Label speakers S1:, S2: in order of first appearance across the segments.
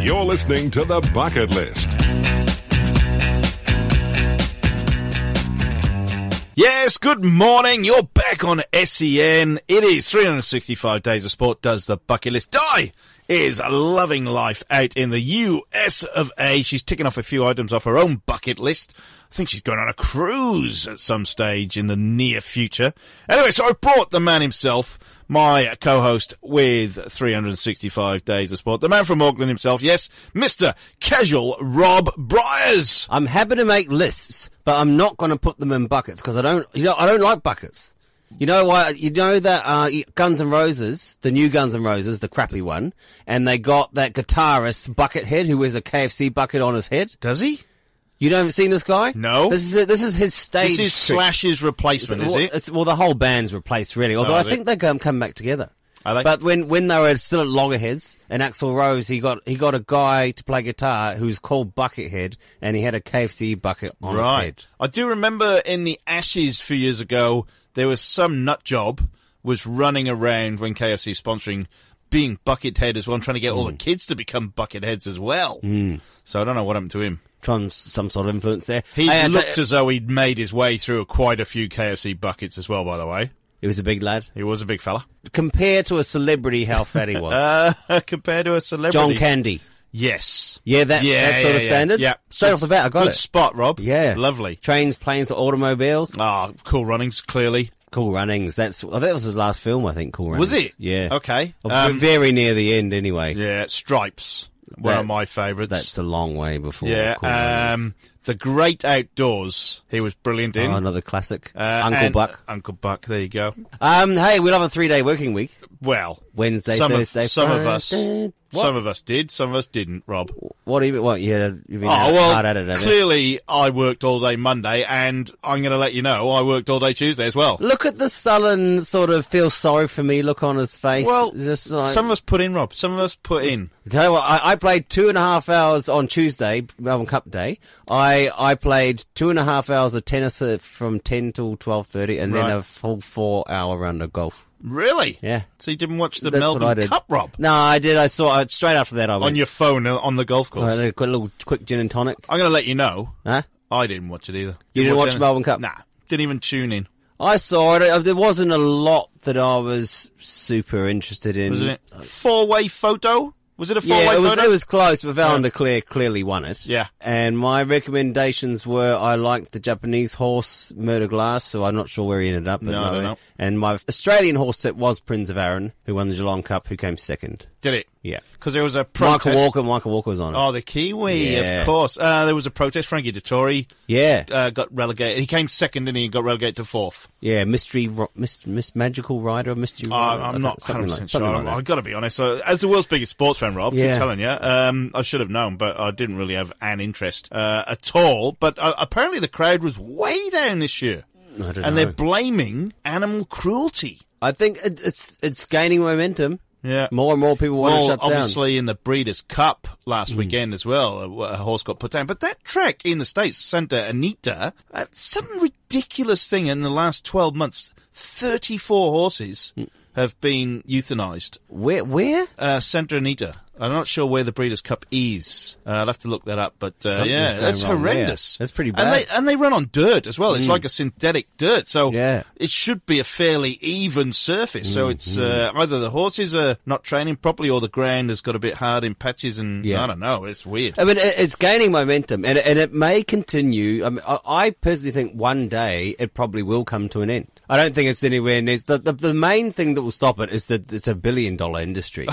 S1: You're listening to The Bucket List.
S2: Yes, good morning. You're back on SEN. It is 365 days of sport. Does the bucket list die? Is loving life out in the US of A. She's ticking off a few items off her own bucket list. I think she's going on a cruise at some stage in the near future. Anyway, so I've brought the man himself, my co-host with 365 days of sport, the man from Auckland himself. Yes, Mr. Casual Rob Briers.
S3: I'm happy to make lists, but I'm not going to put them in buckets because I don't, you know, I don't like buckets. You know why? You know that uh, Guns N' Roses, the new Guns N' Roses, the crappy one, and they got that guitarist Buckethead who wears a KFC bucket on his head.
S2: Does he?
S3: You haven't seen this guy?
S2: No.
S3: This is this is his stage.
S2: This is
S3: trick.
S2: Slash's replacement, is
S3: well,
S2: it?
S3: It's, well, the whole band's replaced, really. Although
S2: Oh,
S3: I
S2: is
S3: think they're going to come back together.
S2: Are they?
S3: But when, when they were still at Loggerheads and Axel Rose, he got he got a guy to play guitar who's called Buckethead, and he had a KFC bucket on his head.
S2: I do remember in the Ashes a few years ago, there was some nut job was running around when KFC sponsoring being Buckethead as well, and trying to get
S3: Hmm.
S2: all the kids to become Bucketheads as well. So I don't know what happened to him.
S3: Trying some sort of influence there.
S2: He
S3: Hey, I tell-
S2: looked as though he'd made his way through quite a few KFC buckets as well, by the way.
S3: he was a big lad.
S2: He was a big fella.
S3: Compared to a celebrity, how fat he was.
S2: Uh, compared to a celebrity.
S3: John Candy.
S2: Yes.
S3: Yeah, that- that sort of standard?
S2: Yeah.
S3: Straight off the bat, I got
S2: Good
S3: it.
S2: spot, Rob.
S3: Yeah,
S2: Lovely.
S3: Trains, planes, automobiles.
S2: Ah, cool runnings, clearly.
S3: Cool Runnings. That's well, that was his last film, I think. Cool
S2: Was
S3: Runnings.
S2: it?
S3: Yeah.
S2: Okay.
S3: Or
S2: Um,
S3: very near the end, anyway.
S2: Yeah, Stripes. One
S3: That-
S2: of my favourites.
S3: That's a long way before.
S2: yeah.
S3: Cool Runnings.
S2: um, the Great Outdoors. He was brilliant in.
S3: Oh, another classic.
S2: Uh,
S3: Uncle
S2: and-
S3: Buck.
S2: Uncle Buck. There you go.
S3: Um, hey, we'll have a three day working week.
S2: Well,
S3: Wednesday,
S2: some
S3: Thursday,
S2: of, some of us,
S3: Friday. What?
S2: some of us did, some of us didn't. Rob.
S3: What even? What? Yeah, you've been
S2: oh
S3: hard-
S2: well,
S3: hard at it. haven't you?
S2: clearly I worked all day Monday, and I'm going to let you know I worked all day Tuesday as well.
S3: Look at the sullen sort of feel sorry for me look on his face.
S2: Well,
S3: just like,
S2: some of us put in, Rob. Some of us put in.
S3: Tell you what, I, I played two and a half hours on Tuesday, Melbourne Cup Day. I, I played two and a half hours of tennis uh, from ten till twelve thirty, and
S2: Right.
S3: then a full four hour round of golf.
S2: Really?
S3: Yeah.
S2: So you didn't watch the
S3: That's what I
S2: Melbourne
S3: did.
S2: Cup, Rob,
S3: No, I did. I saw I, straight after that. I went
S2: on your phone uh, on the golf
S3: I
S2: course.
S3: had a quick little quick gin and tonic.
S2: I'm going to let you know.
S3: Huh?
S2: I didn't watch it either.
S3: You didn't watch
S2: any-
S3: Melbourne Cup?
S2: Nah, didn't even tune in.
S3: I saw it. Uh, There wasn't a lot that I was super interested in.
S2: Wasn't it four-way photo? Was it a four-way
S3: Mm. Yeah, it was,
S2: photo?
S3: it was close, but Val and Clear clearly won it.
S2: Yeah.
S3: And my recommendations were I liked the Japanese horse, Murder Glass, so I'm not sure where he ended up. But
S2: No, I don't know.
S3: And my Australian horse set was Prince of Aaron, who won the Geelong Cup, who came second.
S2: Did it?
S3: Yeah.
S2: Because there was a protest.
S3: Michael Walker, Michael Walker was on it.
S2: Oh, the Kiwi,
S3: Yeah.
S2: of course. Uh, there was a protest. Frankie Dettori
S3: yeah.
S2: uh, got relegated. He came second, and he got relegated to fourth.
S3: yeah, Mystery, Ro- Miss, Miss Magical Rider, Mystery
S2: Uh,
S3: Rider. I
S2: I'm
S3: think,
S2: not 100
S3: Oh, something
S2: percent
S3: like,
S2: sure.
S3: something like that.
S2: I've got to be honest. So, as the world's biggest sports fan, Rob,
S3: Yeah.
S2: I'm telling you, um, I should have known, but I didn't really have an interest uh, at all. But uh, apparently, the crowd was way down this year,
S3: I don't
S2: and
S3: know.
S2: they're blaming animal cruelty.
S3: I think it, it's it's gaining momentum.
S2: Yeah.
S3: More and more people want
S2: well,
S3: to shut down. Mm.
S2: obviously in the Breeders' Cup last weekend as well, a, a horse got put down. But that track in the States, Santa Anita, uh, some ridiculous thing in the last 12 months, 34 horses
S3: Mm.
S2: have been euthanized.
S3: Where where?
S2: Uh, Santa Anita. I'm not sure where the Breeders' Cup is. Uh, I'll have to look that up. But uh,
S3: Something's
S2: yeah,
S3: going
S2: that's
S3: wrong there.
S2: horrendous.
S3: That's pretty
S2: And
S3: bad. Mm.
S2: they, and they run on dirt as well. It's like a synthetic dirt. So
S3: Yeah.
S2: it should be a fairly even surface. So it's
S3: Mm-hmm.
S2: uh, either the horses are not training properly or the ground has got a bit hard in patches. And
S3: Yeah.
S2: I don't know. It's weird.
S3: I mean, it- it's gaining momentum, and and it may continue. I, mean, I- I personally think one day it probably will come to an end. I don't think it's anywhere near. The, the, the main thing that will stop it is that it's a billion dollar industry.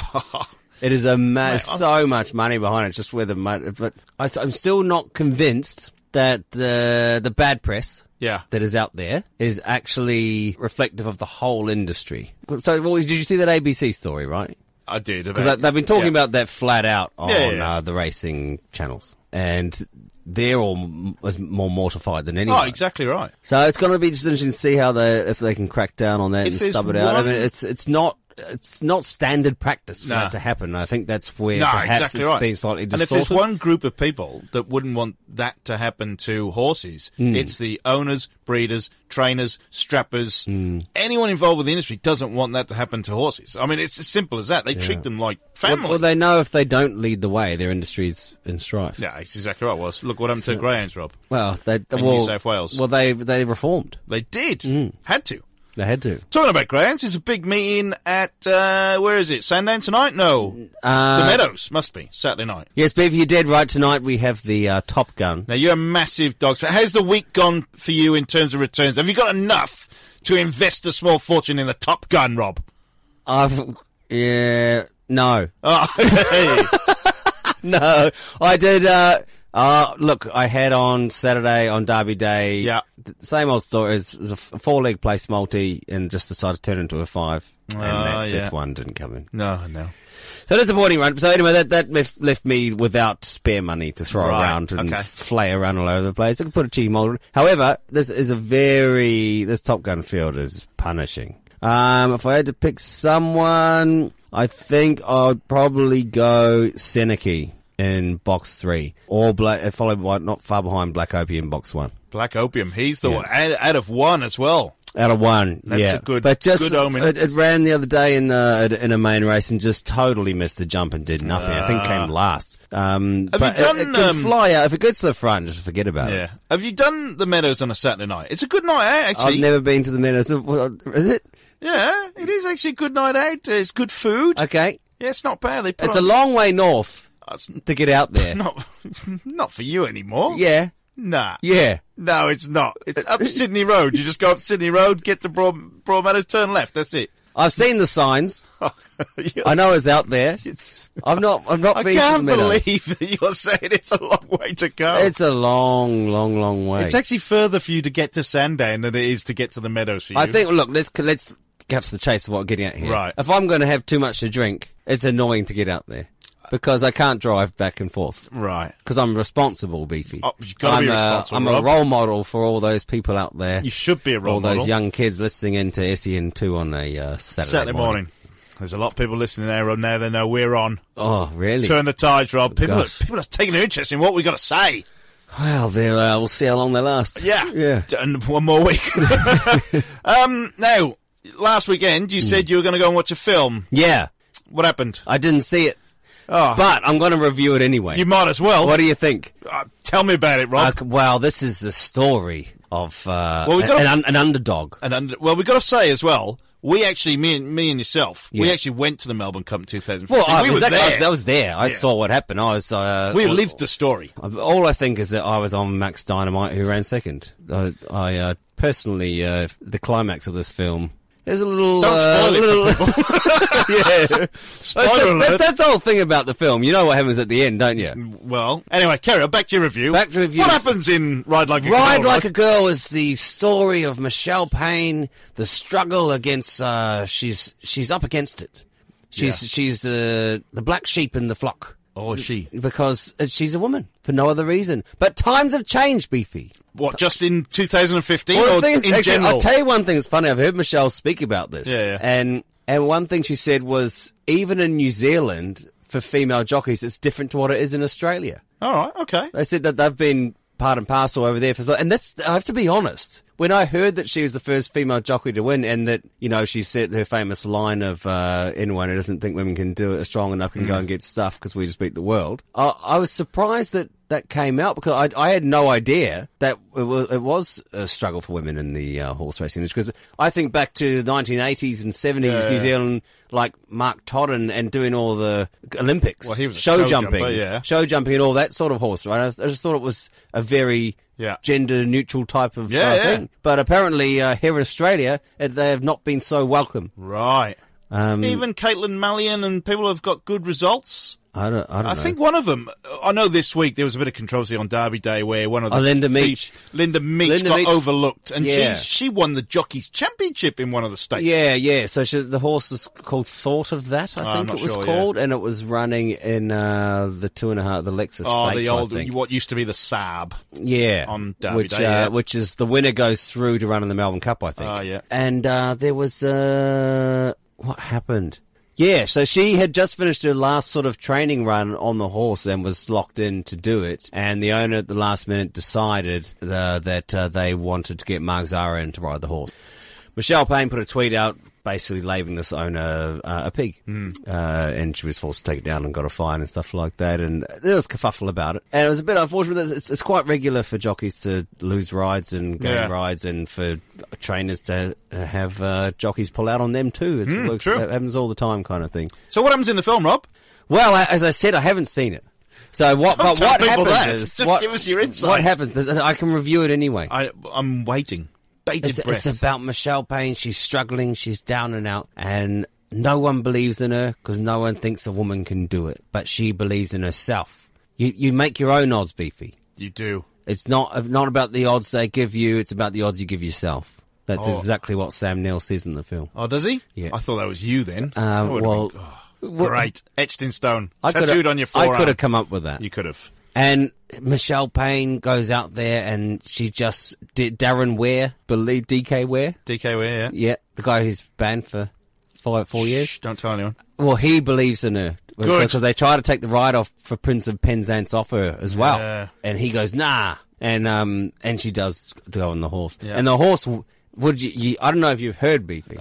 S3: it is a ma- so much money behind it. Just where the money, but I, am still not convinced that the the bad press.
S2: Yeah.
S3: That is out there is actually reflective of the whole industry. So, well, did you see that ABC story, right?
S2: I did.
S3: Because
S2: about-
S3: they've been talking
S2: yeah.
S3: about that flat out on
S2: Yeah, yeah, yeah.
S3: Uh, the racing channels, and they're all m- was more mortified than anyone.
S2: Oh, exactly right.
S3: So it's going to be just interesting to see how they if they can crack down on that
S2: If
S3: and
S2: there's
S3: stub it out. I
S2: one-
S3: mean, it's it's not it's not standard practice for
S2: No.
S3: that to happen. I think that's where
S2: No,
S3: perhaps
S2: exactly
S3: it's
S2: right.
S3: been slightly
S2: and if there's
S3: distorted.
S2: one group of people that wouldn't want that to happen to horses,
S3: Hmm.
S2: it's the owners, breeders, trainers, strappers.
S3: Hmm.
S2: Anyone involved with the industry doesn't want that to happen to horses. I mean, it's as simple as that. They treat them like family.
S3: well, well, they know if they don't lead the way, their industry's in strife.
S2: yeah, it's exactly right. Well, look what happened to greyhounds, Rob.
S3: Well, they
S2: New
S3: well,
S2: South Wales.
S3: Well, they they reformed.
S2: They did.
S3: Hmm.
S2: Had to.
S3: They had to.
S2: Talking about greyhounds, there's a big meeting at, uh, where is it? Sandown tonight? No.
S3: Uh,
S2: the Meadows, must be. Saturday night.
S3: Yes, Bev, you're dead right. Tonight we have the uh, Top Gun.
S2: Now, you're a massive dogs fan. How's the week gone for you in terms of returns? Have you got enough to invest a small fortune in the Top Gun, Rob?
S3: I've yeah no
S2: Oh, hey.
S3: no. I did. Uh, uh, look, I had on Saturday on Derby Day.
S2: Yeah.
S3: th- same old story. It's, it's a four leg place multi, and just decided to turn into a five. And
S2: Ah,
S3: that
S2: yeah.
S3: fifth one didn't come in.
S2: no, no.
S3: So disappointing run. So anyway, that, that left, left me without spare money to throw
S2: Right,
S3: around and
S2: okay.
S3: flay around all over the place. I could put a cheap mold. However, this is a very this Top Gun field is punishing. Um, if I had to pick someone, I think I'd probably go Seneki in box three, or Black, followed by not far behind Black Opie in box one.
S2: Black Opium. He's the one. Out, out of one as well.
S3: Out of one,
S2: That's
S3: yeah.
S2: a good-
S3: but just
S2: good omen.
S3: It, it ran the other day in the in a main race and just totally missed the jump and did nothing. I think came last. Um,
S2: Ah. Have
S3: but
S2: you done,
S3: it, it can
S2: um,
S3: fly out if it gets to the front. Just forget about it.
S2: Yeah. Have you done the Meadows on a Saturday night? It's a good night out, actually.
S3: I've never been to the Meadows. Is it
S2: Yeah, it is actually a good night out. It's good food.
S3: okay?
S2: Yeah, it's not bad. They put
S3: It's a
S2: on-
S3: long way north
S2: It's
S3: to get out there.
S2: not, not for you anymore.
S3: Yeah,
S2: Nah.
S3: yeah.
S2: No, it's not. It's up Sydney Road. You just go up Sydney Road, get to Broad, Broadmeadows, turn left. That's it.
S3: I've seen the signs.
S2: You're-
S3: I know it's out there.
S2: it's,
S3: I've not. I've not
S2: I
S3: been to the
S2: can't
S3: Meadows.
S2: believe that you're saying it's a long way to go.
S3: It's a long, long, long way.
S2: It's actually further for you to get to Sandown than it is to get to the Meadows for you.
S3: I think. Look, let's let's cut to the chase of what we're getting at here.
S2: Right.
S3: If I'm going to have too much to drink, it's annoying to get out there because I can't drive back and forth
S2: Right.
S3: because I'm responsible, beefy.
S2: Oh, you've gotta
S3: I'm
S2: be
S3: a-
S2: responsible,
S3: I'm a
S2: Rob.
S3: role model for all those people out there.
S2: You should be a role
S3: all those
S2: model.
S3: young kids listening into SEN E two on a uh, Saturday,
S2: Saturday morning. There's a lot of people listening there, Rob. Now they know we're on.
S3: Oh, really?
S2: Turn the tides, Rob. People are,
S3: Gosh.
S2: people are taking an interest in what we got to say.
S3: Well, there. Uh, we'll see how long they last.
S2: Yeah.
S3: yeah.
S2: D- And one more week. um, now, last weekend you said you were going to go and watch a film.
S3: Yeah,
S2: What happened?
S3: I didn't see it,
S2: Oh,
S3: but I'm going to review it anyway.
S2: you might as well.
S3: what do you think?
S2: uh, tell me about it, Rob.
S3: Uh, wow, this is the story of uh,
S2: Well, we gotta-
S3: an, un- an underdog.
S2: and under, well, we got to say as well, we actually, me and me and yourself, we
S3: Yeah.
S2: actually went to the Melbourne Cup in 2015.
S3: Well, I
S2: we
S3: was
S2: were
S3: that, I was,
S2: there.
S3: that was there. I saw what happened. I was. Uh,
S2: we
S3: all,
S2: lived the story.
S3: all I think is that I was on Max Dynamite, who ran second. I, I uh, personally, uh, the climax of this film. There's a little.
S2: Don't
S3: uh,
S2: spoil it
S3: little-
S2: for people.
S3: yeah. That's,
S2: Spoiler
S3: the- that-
S2: alert.
S3: that's the whole thing about the film. You know what happens at the end, don't you?
S2: Well, anyway, carry on. Back to your review.
S3: Back to reviews.
S2: What happens in Ride Like a
S3: Ride
S2: Girl,
S3: Like a
S2: Rob?
S3: Girl is the story of Michelle Payne, the struggle against. Uh, she's she's up against it. She's she's uh, the black sheep in the flock.
S2: Or Oh, she.
S3: because uh, she's a woman for no other reason. But times have changed, Beefy.
S2: What, just in 2015
S3: Well,
S2: or
S3: the thing is-
S2: in
S3: actually,
S2: general?
S3: I'll tell you one thing that's funny. I've heard Michelle speak about this,
S2: Yeah, yeah.
S3: and and one thing she said was even in New Zealand for female jockeys, it's different to what it is in Australia.
S2: All right, okay.
S3: They said that they've been part and parcel over there for, so- and that's I have to be honest. When I heard that she was the first female jockey to win, and that you know she said her famous line of uh, "anyone who doesn't think women can do it are strong enough can go
S2: Mm.
S3: and get stuff because we just beat the world," I, I was surprised that that came out because I, I had no idea that it was, it was a struggle for women in the uh, horse racing industry. Because I think back to the 1980s and 70s, New Zealand, like Mark Todd and, and doing all the Olympics,
S2: Well, he was a
S3: show,
S2: show
S3: jumping,
S2: jumper, yeah.
S3: show jumping and all that sort of horse, right? I, I just thought it was a very
S2: Yeah.
S3: gender neutral type of
S2: Yeah,
S3: uh,
S2: yeah.
S3: thing. But apparently, uh, here in Australia, uh, they have not been so welcome.
S2: Right.
S3: Um,
S2: Even Caitlin Mallion and people have got good results.
S3: I don't, I don't
S2: I
S3: know.
S2: think one of them. I know this week there was a bit of controversy on Derby Day where one of the
S3: Oh, Linda
S2: the-
S3: Meach.
S2: Linda Meach
S3: Linda
S2: got
S3: Meach.
S2: overlooked, and
S3: Yeah.
S2: she she won the Jockeys Championship in one of the states.
S3: yeah, yeah. So she, the horse was called Thought of That, I
S2: I'm
S3: think
S2: not
S3: it was
S2: sure, yeah.
S3: called, and it was running in uh, the two and a half, the Lexus
S2: Oh,
S3: Stakes,
S2: the old
S3: I think.
S2: what used to be the Saab.
S3: Yeah,
S2: on Derby
S3: which
S2: Day, yeah.
S3: uh, which is the winner goes through to run in the Melbourne Cup, I think.
S2: Ah, yeah.
S3: And uh, there was uh, what happened? Yeah, so she had just finished her last sort of training run on the horse and was locked in to do it. And the owner at the last minute decided uh, that uh, they wanted to get Mark Zara in to ride the horse. Michelle Payne put a tweet out basically labeling this owner uh, a pig.
S2: Hmm.
S3: Uh, and she was forced to take it down and got a fine and stuff like that. And there was kerfuffle about it. And it was a bit unfortunate that it's, it's quite regular for jockeys to lose rides and gain
S2: Yeah.
S3: rides and for trainers to uh, have uh, jockeys pull out on them too. It's, it looks,
S2: Hmm, true.
S3: That happens all the time kind of thing.
S2: So what happens in the film, Rob?
S3: Well, I- as I said, I haven't seen it. So what?
S2: Don't
S3: But
S2: tell
S3: what
S2: people
S3: happens
S2: that.
S3: is
S2: Just
S3: what,
S2: give us your insight.
S3: What happens? is I can review it anyway.
S2: I, I'm waiting. Bated
S3: It's,
S2: breath.
S3: it's about Michelle Payne. She's struggling. She's down and out, and no one believes in her because no one thinks a woman can do it. But she believes in herself. You you make your own odds, Beefy.
S2: you do.
S3: It's not not about the odds they give you. It's about the odds you give yourself. That's
S2: Oh.
S3: exactly what Sam Neill says in the film.
S2: Oh, does he?
S3: Yeah.
S2: I thought that was you then.
S3: Uh,
S2: That would've
S3: well,
S2: been- oh,
S3: well-
S2: great. Etched in stone.
S3: I coulda-
S2: Tattooed on your
S3: I
S2: forearm.
S3: could have come up with that.
S2: You could have.
S3: And Michelle Payne goes out there and she just did Darren Ware, believe DK Ware,
S2: DK, where? Yeah.
S3: yeah, the guy who's banned for five four years.
S2: Shh, don't tell anyone.
S3: Well, he believes in her
S2: Good.
S3: because they try to take the ride off for Prince of Penzance off her as well,
S2: Yeah.
S3: and he goes nah, and um and she does go on the horse,
S2: Yeah.
S3: and the horse w- would you, you I don't know if you've heard Beefy,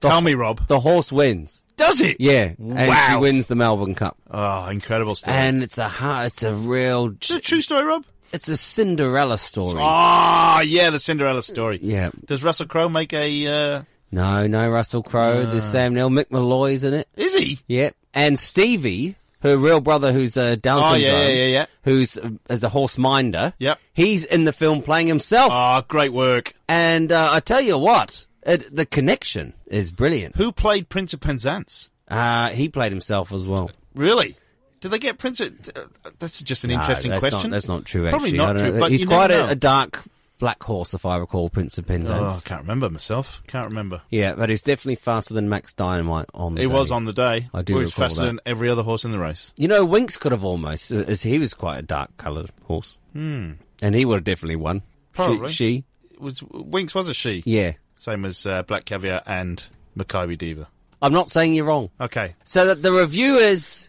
S2: Tell me, Rob.
S3: the horse wins,
S2: Does it?
S3: yeah, and she
S2: Wow.
S3: wins the Melbourne Cup,
S2: Oh, incredible story.
S3: and it's a ha- it's a real
S2: is it a true story, Rob?
S3: it's a Cinderella story.
S2: Ah, yeah, the Cinderella story.
S3: Yeah.
S2: Does Russell Crowe make a? Uh,
S3: No, no Russell Crowe. There's Sam Neill. Mick Malloy's in it.
S2: is he?
S3: Yep. And Stevie, her real brother who's uh, Down
S2: Oh, yeah,
S3: syndrome.
S2: yeah, yeah, yeah.
S3: Who's uh, as a horse minder.
S2: Yep.
S3: He's in the film playing himself.
S2: Ah, great work.
S3: and uh, I tell you what, it, the connection is brilliant.
S2: Who played Prince of Penzance?
S3: Uh, he played himself as well.
S2: Really? Did they get Prince? Of, uh, that's just an
S3: No,
S2: interesting
S3: Ah, that's
S2: question.
S3: Not, that's not true,
S2: Probably
S3: actually. I
S2: not
S3: don't
S2: true.
S3: know.
S2: But
S3: He's
S2: you
S3: quite
S2: never
S3: a,
S2: know.
S3: a dark black horse, if I recall, Prince of
S2: Oh,
S3: Penzance.
S2: I can't remember myself. Can't remember.
S3: Yeah, but he's definitely faster than Max Dynamite on the
S2: He was
S3: day.
S2: on the day.
S3: I do
S2: He was
S3: recall
S2: faster
S3: that.
S2: than every other horse in the race.
S3: You know, Winks could have almost, uh, as he was quite a dark coloured horse. Hmm. And he would have definitely won.
S2: Probably.
S3: She, she
S2: It was Winks was a she?
S3: yeah.
S2: Same as uh, Black Caviar and Maccabi Diva.
S3: I'm not saying you're wrong.
S2: Okay.
S3: So that the review is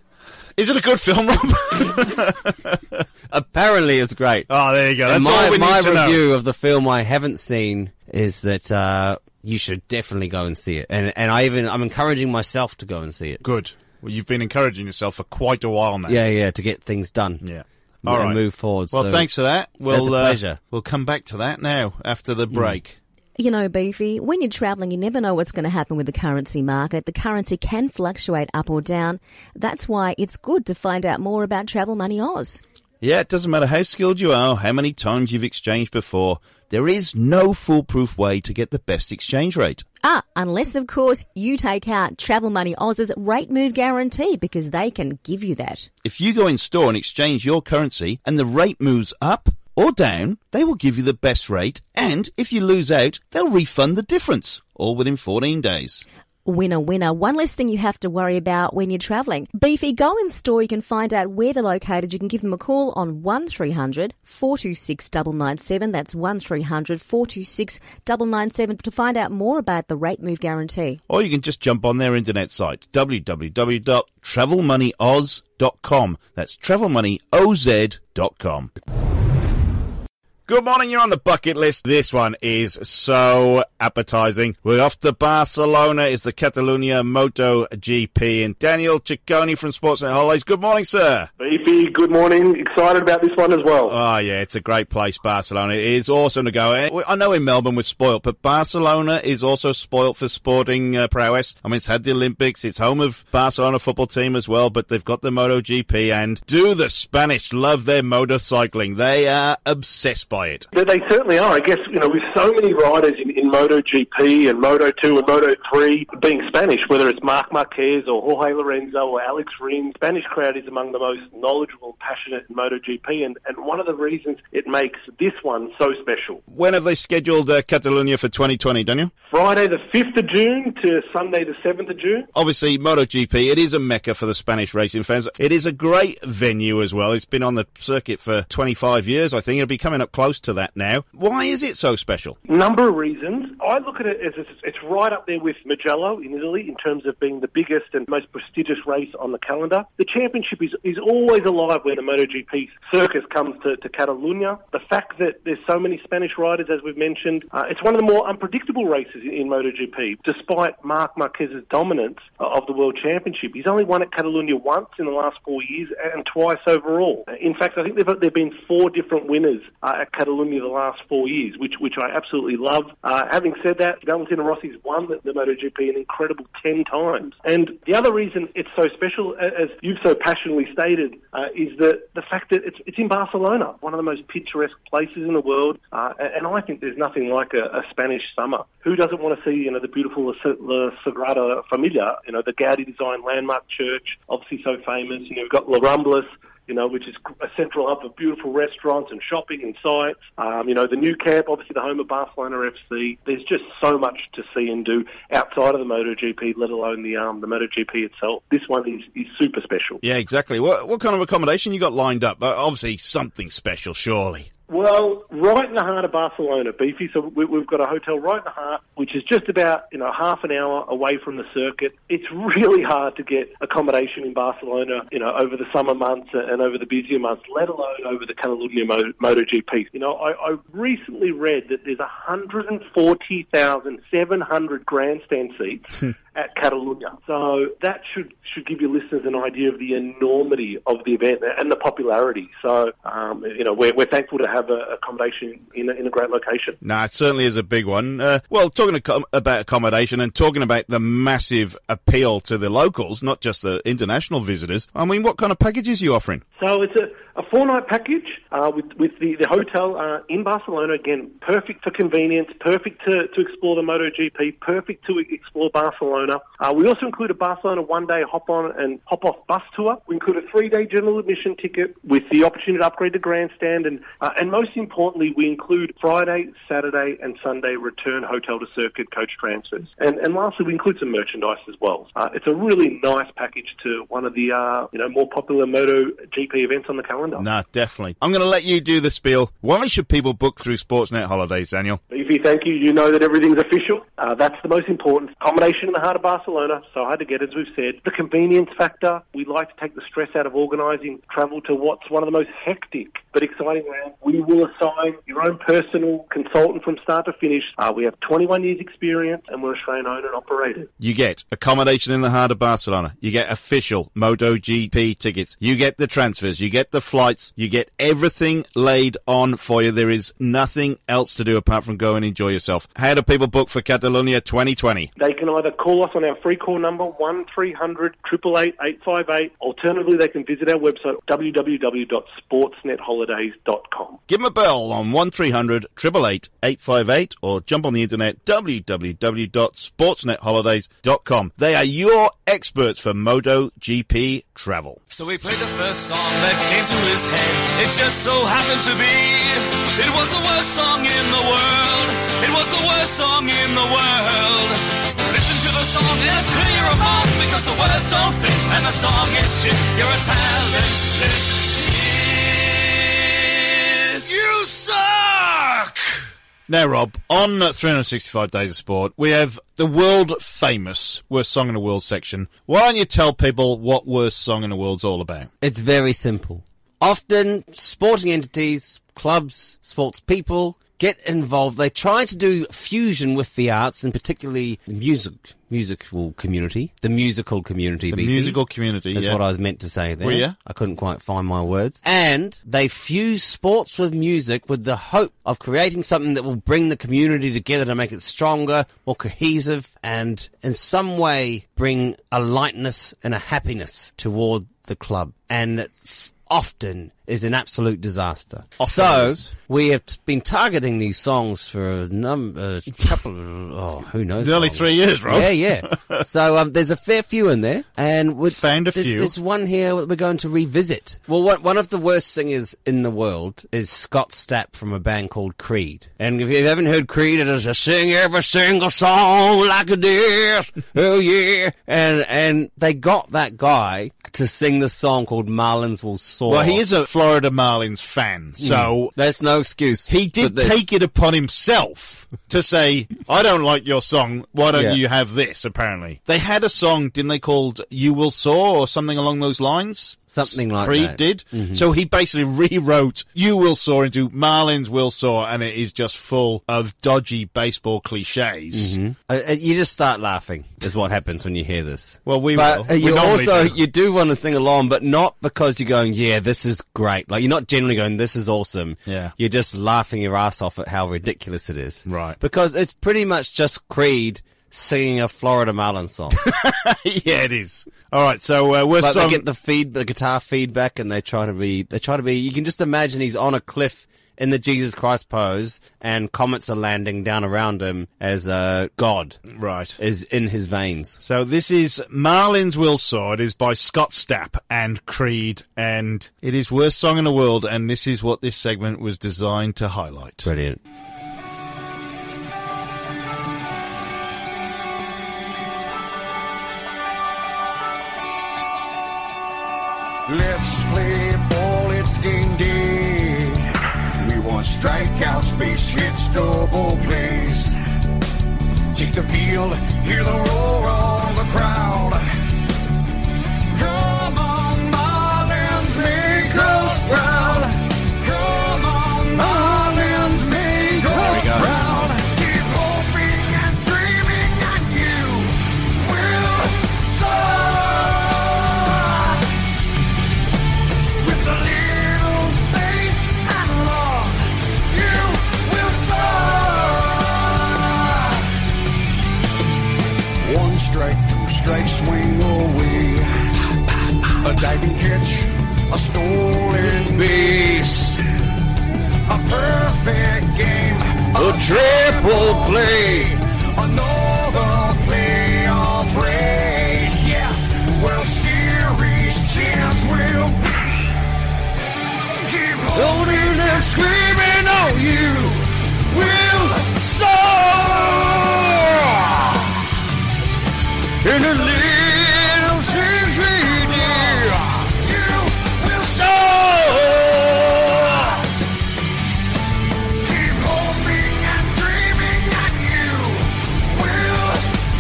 S2: Is it a good film, Rob?
S3: apparently is great.
S2: oh, there you go. That's
S3: and
S2: all
S3: my,
S2: we
S3: my
S2: need to know.
S3: review of the film I haven't seen is that uh, you should definitely go and see it. And and I even I'm encouraging myself to go and see it.
S2: Good. Well, you've been encouraging yourself for quite a while now.
S3: Yeah, yeah, to get things done.
S2: Yeah.
S3: And
S2: All right.
S3: move forward.
S2: Well,
S3: So-
S2: thanks for that. We'll,
S3: a
S2: Uh,
S3: pleasure. Hmm.
S2: we'll come back to that now after the break.
S4: You know, Beefy, when you're travelling, you never know what's going to happen with the currency market. The currency can fluctuate up or down. That's why it's good to find out more about Travel Money Oz.
S2: Yeah, it doesn't matter how skilled you are, how many times you've exchanged before, there is no foolproof way to get the best exchange rate.
S4: Ah, unless, of course, you take out Travel Money Oz's rate move guarantee because they can give you that.
S2: If you go in store and exchange your currency and the rate moves up or down, they will give you the best rate, and if you lose out, they'll refund the difference, all within 14 days.
S4: Winner, winner. One less thing you have to worry about when you're travelling. Beefy, go in store. You can find out where they're located. You can give them a call on 1300 426 997. That's 1300 426 997 to find out more about the rate move guarantee.
S2: Or you can just jump on their internet site, www.travelmoneyoz.com. That's travelmoneyoz.com. Good morning, you're on the bucket list. This one is so appetizing. We're off to Barcelona. It's the Catalunya Moto GP. And Daniel Ciccone from Sportsnet Holidays. Good morning, sir.
S5: Beefy, good morning. Excited about this one as well.
S2: Oh, yeah, it's a great place, Barcelona. It is awesome to go. And we- I know in Melbourne we're spoilt, but Barcelona is also spoilt for sporting uh, prowess. I mean, it's had the Olympics, it's home of Barcelona football team as well, but they've got the MotoGP, and do the Spanish love their motorcycling? They are obsessed by it.
S5: They they certainly are. I guess, you know, with so many riders in, in MotoGP and Moto2 and Moto3 being Spanish, whether it's Marc Marquez or Jorge Lorenzo or Alex Rins, Spanish crowd is among the most knowledgeable, passionate in MotoGP, and, and one of the reasons it makes this one so special.
S2: When have they scheduled uh, Catalunya for 2020, Daniel?
S5: Friday the 5th of June to Sunday the 7th of June.
S2: Obviously, MotoGP, it is a mecca for the Spanish racing fans. It is a great venue as well. It's been on the circuit for 25 years, I think. It'll be coming up close close to that now. Why is it so special?
S5: Number of reasons. I look at it as it's, it's right up there with Magello in Italy in terms of being the biggest and most prestigious race on the calendar. The championship is, is always alive when the MotoGP circus comes to, to Catalunya. The fact that there's so many Spanish riders, as we've mentioned, uh, it's one of the more unpredictable races in, in MotoGP. Despite Marc Marquez's dominance uh, of the World Championship, he's only won at Catalunya once in the last four years and twice overall. In fact, I think there have been four different winners uh, at Catalunya the last four years, which which I absolutely love. Uh, having said that, Valentino Rossi's won the, the MotoGP an incredible ten times. And the other reason it's so special, a- as you've so passionately stated, uh, is that the fact that it's, it's in Barcelona, one of the most picturesque places in the world. Uh, a- and I think there's nothing like a, a Spanish summer. Who doesn't want to see you know the beautiful La, Sa- La Sagrada Familia, you know the Gaudi designed landmark church, obviously so famous. You know, we've got La Ramblas you know, which is a central hub of beautiful restaurants and shopping and sights. Um, you know, the new camp, obviously the home of Barcelona FC. There's just so much to see and do outside of the MotoGP, let alone the um, the MotoGP itself. This one is, is super special.
S2: Yeah, exactly. What, what kind of accommodation you got lined up? Uh, obviously, something special, surely.
S5: Well, right in the heart of Barcelona, Beefy. So we, we've got a hotel right in the heart, which is just about you know half an hour away from the circuit. It's really hard to get accommodation in Barcelona, you know, over the summer months and over the busier months, let alone over the Catalunya Mo- MotoGP. You know, I, I recently read that there's 140,700 grandstand seats. At Catalunya, so that should should give your listeners an idea of the enormity of the event and the popularity. So, um, you know, we're, we're thankful to have a accommodation in a, in a great location.
S2: Nah, it certainly is a big one. Uh, well, talking acco- about accommodation and talking about the massive appeal to the locals, not just the international visitors, I mean, what kind of packages are you offering?
S5: So it's a, a four night package uh, with, with the, the hotel uh, in Barcelona. Again, perfect for convenience, perfect to, to explore the MotoGP, perfect to explore Barcelona. Uh, we also include a Barcelona one day hop on and hop off bus tour. We include a three day general admission ticket with the opportunity to upgrade the grandstand. And, uh, and most importantly, we include Friday, Saturday, and Sunday return hotel to circuit coach transfers. And, and lastly, we include some merchandise as well. Uh, it's a really nice package to one of the uh, you know more popular MotoGP events on the calendar.
S2: Nah, definitely. I'm going to let you do the spiel. Why should people book through Sportsnet Holidays, Daniel?
S5: Beefy, thank you. You know that everything's official. Uh, that's the most important. Accommodation in the heart of Barcelona, so hard to get, as we've said. The convenience factor. We like to take the stress out of organising travel to what's one of the most hectic but exciting rounds. We will assign your own personal consultant from start to finish. Uh, we have 21 years' experience, and we're Australian owned and operated.
S2: You get accommodation in the heart of Barcelona. You get official MotoGP tickets. You get the transfers. You get the flights. You get everything laid on for you. There is nothing else to do apart from go and enjoy yourself. How do people book for Catalonia 2020?
S5: They can either call us on our free call number, 1300 888 858. Alternatively, they can visit our website, www.sportsnetholidays.com.
S2: Give them a bell on 1300 888 858 or jump on the internet www.sportsnetholidays.com. They are your experts for MotoGP travel.
S6: So he played the first song that came to his head. It just so happened to be. It was the worst song in the world. It was the worst song in the world. Listen to the song and it's clear you're a bomb because the words don't fit and the song is shit. You're a talentless shit. You suck!
S2: Now, Rob, on 365 Days of Sport, we have the world famous worst song in the world section. Why don't you tell people what worst song in the world's all about?
S3: It's very simple. Often, sporting entities, clubs, sports people get involved. They try to do fusion with the arts and particularly the music, musical community, the musical community.
S2: The
S3: BB.
S2: musical community.
S3: That's
S2: yeah.
S3: what I was meant to say there.
S2: Were ya?
S3: I couldn't quite find my words. And they fuse sports with music with the hope of creating something that will bring the community together to make it stronger, more cohesive, and in some way bring a lightness and a happiness toward the club. And it f- often is an absolute disaster.
S2: Often
S3: so
S2: is.
S3: we have t- been targeting these songs for a number, a couple of, oh, who knows?
S2: Nearly
S3: how long.
S2: three years, Rob.
S3: Yeah, yeah. so um, there's a fair few in there, and we
S2: Found a
S3: there's,
S2: few.
S3: There's one here that we're going to revisit. Well, one, one of the worst singers in the world is Scott Stapp from a band called Creed. And if you haven't heard Creed, it is a sing every single song like a this. Oh yeah, and and they got that guy to sing this song called Marlins Will Soar.
S2: Well, he is a Florida Marlins fan,
S3: Hmm.
S2: so
S3: That's no excuse.
S2: he did take it upon himself to say, "I don't like your song. Why don't
S3: Yeah.
S2: you have this?" Apparently, they had a song, didn't they, called "You Will Soar" or something along those lines.
S3: Something like
S2: Creed
S3: that. Mm-hmm.
S2: did. So he basically rewrote "You Will Soar" into "Marlins Will Soar," and it is just full of dodgy baseball cliches.
S3: Uh, uh, you just start laughing. Is what happens when you hear this.
S2: Well, we
S3: but
S2: will.
S3: uh,
S2: We
S3: you
S2: normally
S3: also
S2: do.
S3: you do want to sing along, but not because you're going, "Yeah, this is great." Like you're not generally going, "This is awesome."
S2: Yeah.
S3: you're just laughing your ass off at how ridiculous it is.
S2: Right.
S3: because it's pretty much just Creed singing a Florida Marlin song.
S2: yeah, it is. All right, so uh, worst
S3: But
S2: song.
S3: they get the feed, the guitar feedback, and they try to be, they try to be. You can just imagine he's on a cliff in the Jesus Christ pose, and comets are landing down around him as uh, God
S2: right.
S3: is in his veins.
S2: So this is Marlin's Will Soar. It is by Scott Stapp and Creed, and it is worst song in the world. And this is what this segment was designed to highlight.
S3: Brilliant.
S7: Let's play ball, it's game day. We want strikeouts, base hits, double plays. Take the field, hear the roar of the crowd. Come on, Marlins, make us proud. Come on, Marlins, make us proud. Keep hoping and dreaming, and you will soar. With a little faith and love, you will soar. One strike, two strike, swing away. A diving catch, a stolen base, a perfect game, a triple play, another playoff race. Yes, World Series champs will be. Keep holding and screaming, oh, you will soar. In the little things we do, you will soar. Keep hoping and dreaming, and you will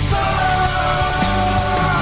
S7: soar.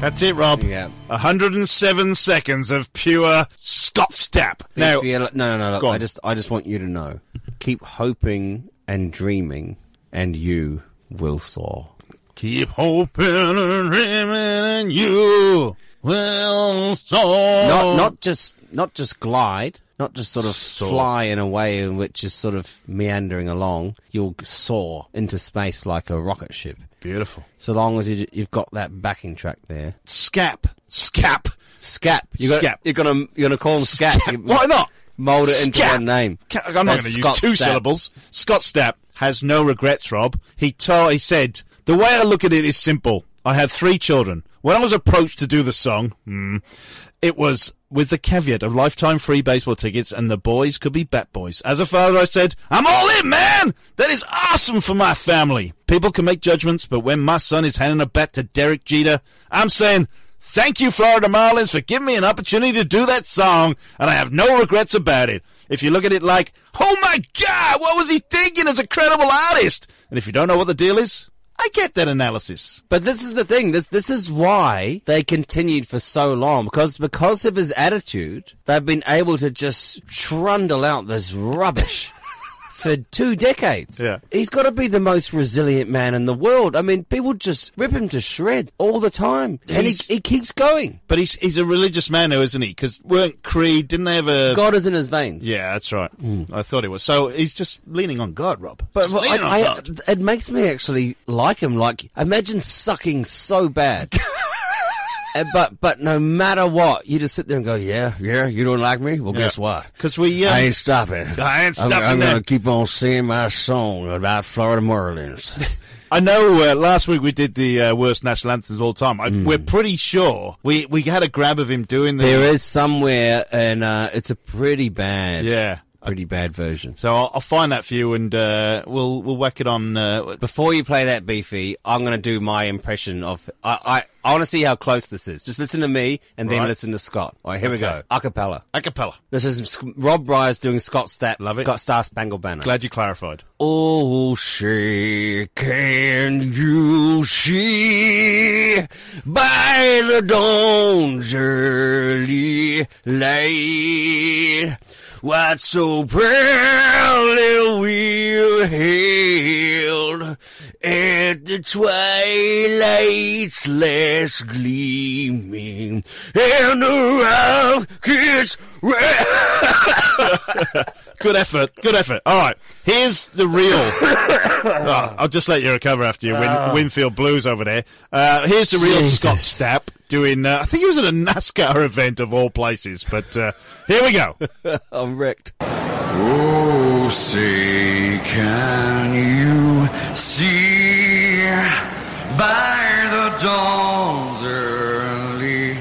S2: That's it, Rob.
S3: Yeah.
S2: 107 seconds of pure Scott Stapp. Now,
S3: If you- no, no, no. Look,
S2: Go on.
S3: I just, I just want you to know. Keep hoping and dreaming, and you will soar.
S2: keep hoping and dreaming, and you will soar.
S3: Not, not just, not just glide. Not just sort of fly in a way in which is sort of meandering along. You'll soar into space like a rocket ship.
S2: beautiful.
S3: So long as you, you've got that backing track there.
S2: Scap, scap,
S3: Scap. You're gonna,
S2: Scap.
S3: You're gonna you're gonna call him Scap. You-
S2: Why not?
S3: Mold it into
S2: Scap.
S3: one name.
S2: Ca- I'm not going
S3: That's
S2: to use
S3: Scott
S2: two
S3: Stapp.
S2: syllables. Scott Stapp has no regrets, Rob. He told, he said, the way I look at it is simple. I have three children. When I was approached to do the song, hmm, it was with the caveat of lifetime free baseball tickets and the boys could be bat boys. As a father, I said, I'm all in, man! That is awesome for my family. People can make judgments, but when my son is handing a bat to Derek Jeter, I'm saying, Thank you, Florida Marlins, for giving me an opportunity to do that song, and I have no regrets about it. If you look at it like, oh my god, what was he thinking as a credible artist? And if you don't know what the deal is, I get that analysis.
S3: But this is the thing. This this is why they continued for so long because because of his attitude, they've been able to just trundle out this rubbish. For two decades.
S2: Yeah.
S3: He's got to be the most resilient man in the world. I mean, people just rip him to shreds all the time. And he,
S2: He's-
S3: he keeps going.
S2: But he's, he's a religious man though, isn't he? Because weren't Creed, didn't they have a...
S3: God is in his veins.
S2: Yeah, that's right. I thought it was. So he's just leaning on God, Rob.
S3: Mm. But
S2: Just
S3: but
S2: leaning on
S3: I, I,
S2: God.
S3: it makes me actually like him. Like, imagine sucking so bad. Uh, but but no matter what, you just sit there and go, yeah, yeah, you don't like me. Well, guess what?
S2: 'Cause we, uh,
S3: I ain't stopping.
S2: I ain't
S3: I'm-
S2: stopping
S3: I'm,
S2: that.
S3: gonna keep on singing my song about Florida Marlins.
S2: I know uh, last week we did the uh, worst national anthems of all time. I,
S3: Mm.
S2: We're pretty sure we, we had a grab of him doing the...
S3: there is somewhere, and uh, it's a pretty bad.
S2: Yeah.
S3: pretty bad version.
S2: So I'll, I'll find that for you, and uh, we'll we'll whack it on. Uh,
S3: Before you play that beefy, I'm going to do my impression of. I I, I want to see how close this is. Just listen to me and then
S2: Right.
S3: listen to Scott. All right, here we go.
S2: Okay.
S3: Acapella.
S2: a cappella.
S3: This is Sc- Rob Ryers doing Scott Stapp.
S2: Love it.
S3: Got Star Spangled Banner.
S2: Glad you clarified.
S3: Oh, she can you see by the dawn's early light what so proudly we hailed at the twilight's last gleaming and the rough kids
S2: Good effort. Good effort. All right. Here's the real. Oh, I'll just let you recover after your Win- Winfield Blues over there. Uh, here's the real
S3: Jesus.
S2: Scott Stapp doing. Uh, I think he was at a NASCAR event of all places, but uh, here we go.
S3: I'm wrecked.
S7: Oh, say, can you see by the dawn's early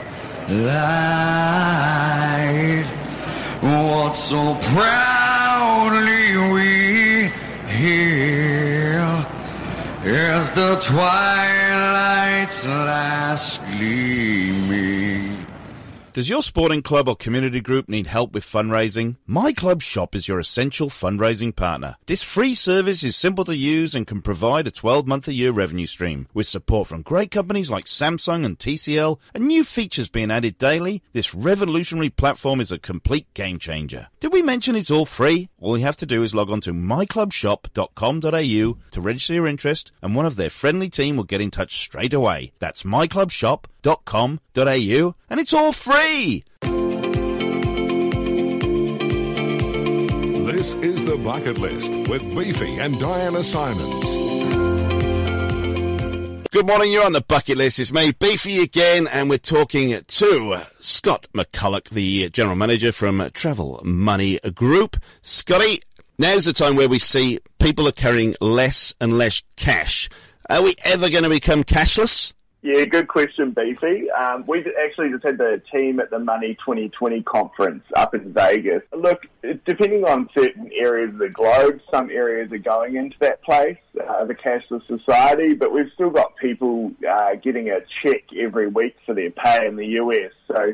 S7: light what so proudly we hail as the twilight's last gleaming?
S2: Does your sporting club or community group need help with fundraising? My Club Shop is your essential fundraising partner. This free service is simple to use and can provide a 12 month a year revenue stream. With support from great companies like Samsung and TCL and new features being added daily, this revolutionary platform is a complete game changer. Did we mention it's all free? All you have to do is log on to myclubshop.com.au to register your interest and one of their friendly team will get in touch straight away. That's myclubshop.com.au and it's all free!
S1: This is the bucket list with Beefy and Diana Simons.
S2: Good morning, you're on the bucket list. It's me, Beefy, again, and we're talking to Scott McCulloch, the General Manager from Travel Money Group. Scotty, now's the time where we see people are carrying less and less cash. Are we ever going to become cashless?
S8: Yeah, good question, BC. Um, we actually just had the team at the Money 2020 conference up in Vegas. Look, it- depending on certain areas of the globe, some areas are going into that place uh, of a cashless society, but we've still got people uh, getting a check every week for their pay in the US. So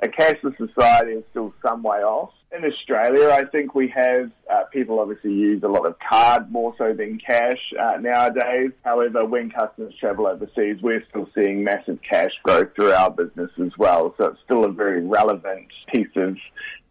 S8: a cashless society is still some way off. In Australia, I think we have uh, people obviously use a lot of card more so than cash uh, nowadays. However, when customers travel overseas, we're still seeing massive cash growth through our business as well. So it's still a very relevant piece of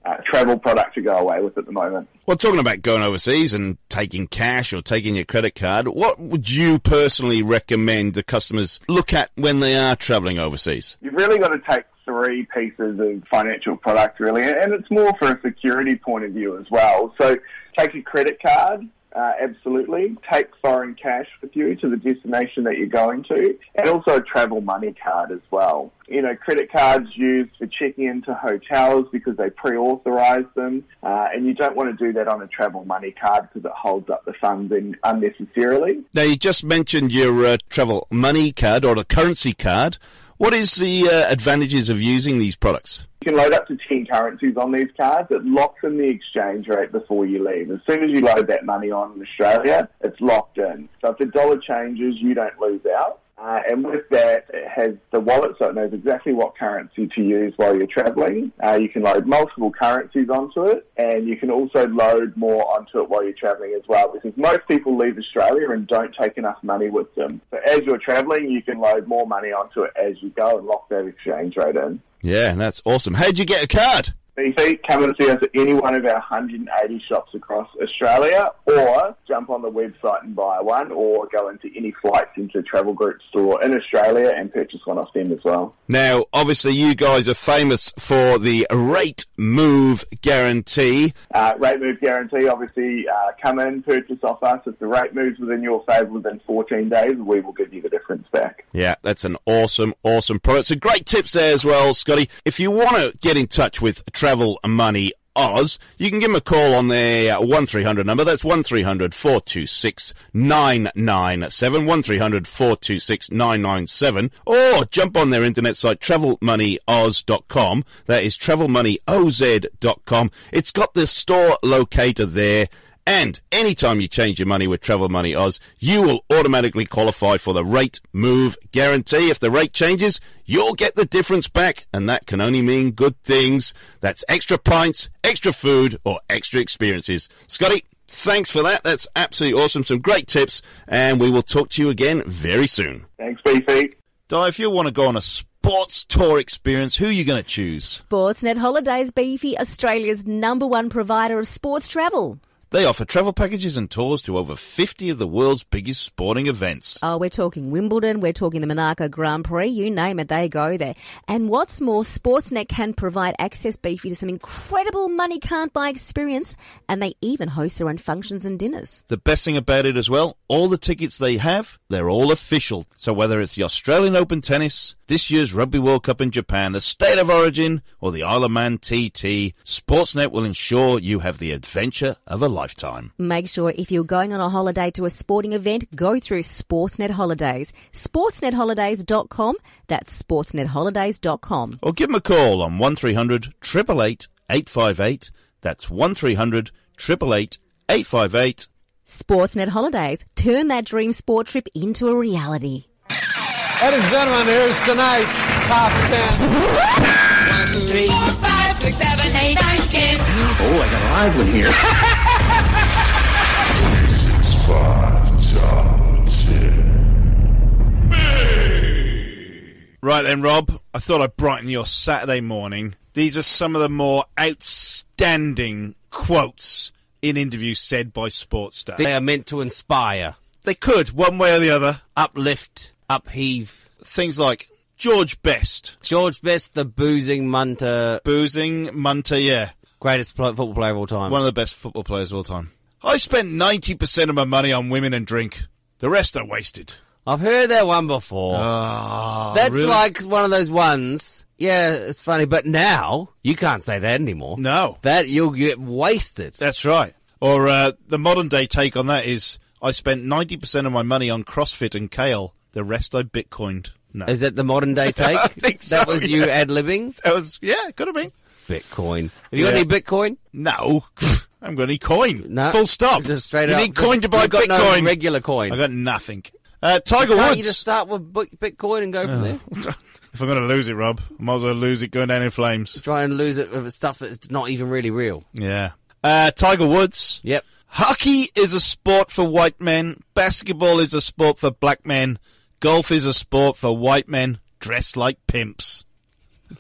S8: uh, travel product to go away with at the moment.
S2: Well, talking about going overseas and taking cash or taking your credit card, what would you personally recommend the customers look at when they are travelling overseas?
S8: you've really got to take three pieces of financial product really, and it's more for a security point of view as well. So take your credit card. Uh, absolutely. Take foreign cash with you to the destination that you're going to, and also a travel money card as well. You know, credit cards used for checking into hotels because they pre-authorize them, uh, and you don't want to do that on a travel money card because it holds up the funds in unnecessarily.
S2: Now, you just mentioned your uh, travel money card or a currency card. What is the uh, advantages of using these products?
S8: You can load up to 10 currencies on these cards. It locks in the exchange rate before you leave. As soon as you load that money on in Australia, it's locked in. So if the dollar changes, you don't lose out. Uh, and with that, it has the wallet, so it knows exactly what currency to use while you're traveling. Uh, you can load multiple currencies onto it, and you can also load more onto it while you're traveling as well, because most people leave Australia and don't take enough money with them. So as you're traveling, you can load more money onto it as you go and lock that exchange rate in.
S2: Yeah, that's awesome. How'd you get a card?
S8: BC, come and see us at any one of our 180 shops across Australia, or jump on the website and buy one, or go into any Flight Centre Travel Group store in Australia and purchase one off them as well.
S2: Now, obviously, you guys are famous for the rate move guarantee.
S8: Uh, rate move guarantee, obviously, uh, come in, purchase off us. If the rate moves within your favour within 14 days, we will give you the difference back.
S2: Yeah, that's an awesome, awesome product. So great tips there as well, Scotty. If you want to get in touch with Travel Money Oz, you can give them a call on their uh, 1300 number. That's 1300 426 997, 1300 426 997, or jump on their internet site, travelmoneyoz.com. That is travelmoneyoz.com. It's got the store locator there. And anytime you change your money with Travel Money Oz, you will automatically qualify for the rate move guarantee. If the rate changes, you'll get the difference back, and that can only mean good things. That's extra pints, extra food, or extra experiences. Scotty, thanks for that. That's absolutely awesome. Some great tips, and we will talk to you again very soon.
S8: Thanks, BC.
S2: Di, if you want to go on a sports tour experience, who are you going to choose?
S4: Sportsnet Holidays Beefy, Australia's number one provider of sports travel.
S2: They offer travel packages and tours to over 50 of the world's biggest sporting events.
S4: Oh, we're talking Wimbledon, we're talking the Monaco Grand Prix, you name it, they go there. And what's more, Sportsnet can provide access beefy to some incredible money can't buy experience, and they even host their own functions and dinners.
S2: The best thing about it as well, all the tickets they have, they're all official. So whether it's the Australian Open Tennis, this year's Rugby World Cup in Japan, the State of Origin, or the Isle of Man TT, Sportsnet will ensure you have the adventure of a lifetime.
S4: Make sure if you're going on a holiday to a sporting event, go through Sportsnet Holidays. SportsnetHolidays.com, that's SportsnetHolidays.com.
S2: Or give them a call on 1300 888 858. That's 1300 888 858.
S4: Sportsnet Holidays, turn that dream sport trip into a reality.
S9: Ladies and gentlemen, here's tonight's top ten.
S1: Six, five, top 10.
S2: Right then, Rob, I thought I'd brighten your Saturday morning. These are some of the more outstanding quotes in interviews said by sports staff. They,
S3: They are meant to inspire,
S2: they could, one way or the other.
S3: uplift, upheave.
S2: Things like George Best,
S3: George Best, the boozing munter,
S2: boozing Munter, yeah,
S3: greatest pl- football player of all time.
S2: one of the best football players of all time. I spent 90% of my money on women and drink. The rest I wasted.
S3: I've heard that one before. That's
S2: Ah, really?
S3: like one of those ones. Yeah, it's funny, but now you can't say that anymore.
S2: No.
S3: That you'll get wasted.
S2: That's right. Or uh, the modern day take on that is I spent 90% of my money on CrossFit and kale. The rest I Bitcoined. No.
S3: Is that the modern day take?
S2: I think
S3: That
S2: so,
S3: was you
S2: yeah.
S3: ad libbing?
S2: That was yeah, could have been.
S3: Bitcoin. Have you got
S2: Yeah.
S3: any Bitcoin?
S2: No, I'm going to need coin.
S3: No.
S2: Full stop.
S3: Just straight
S2: you
S3: up.
S2: need coin to buy
S3: You've got no
S2: Bitcoin.
S3: regular coin.
S2: I got nothing. Uh, Tiger
S3: Can't
S2: Woods.
S3: you just start with Bi- Bitcoin and go from there?
S2: if I'm going to lose it, Rob, I might as well lose it going down in flames.
S3: Try and lose it with stuff that's not even really real.
S2: Yeah. Uh, Tiger Woods.
S3: Yep.
S2: Hockey is a sport for white men. Basketball is a sport for black men. Golf is a sport for white men dressed like pimps.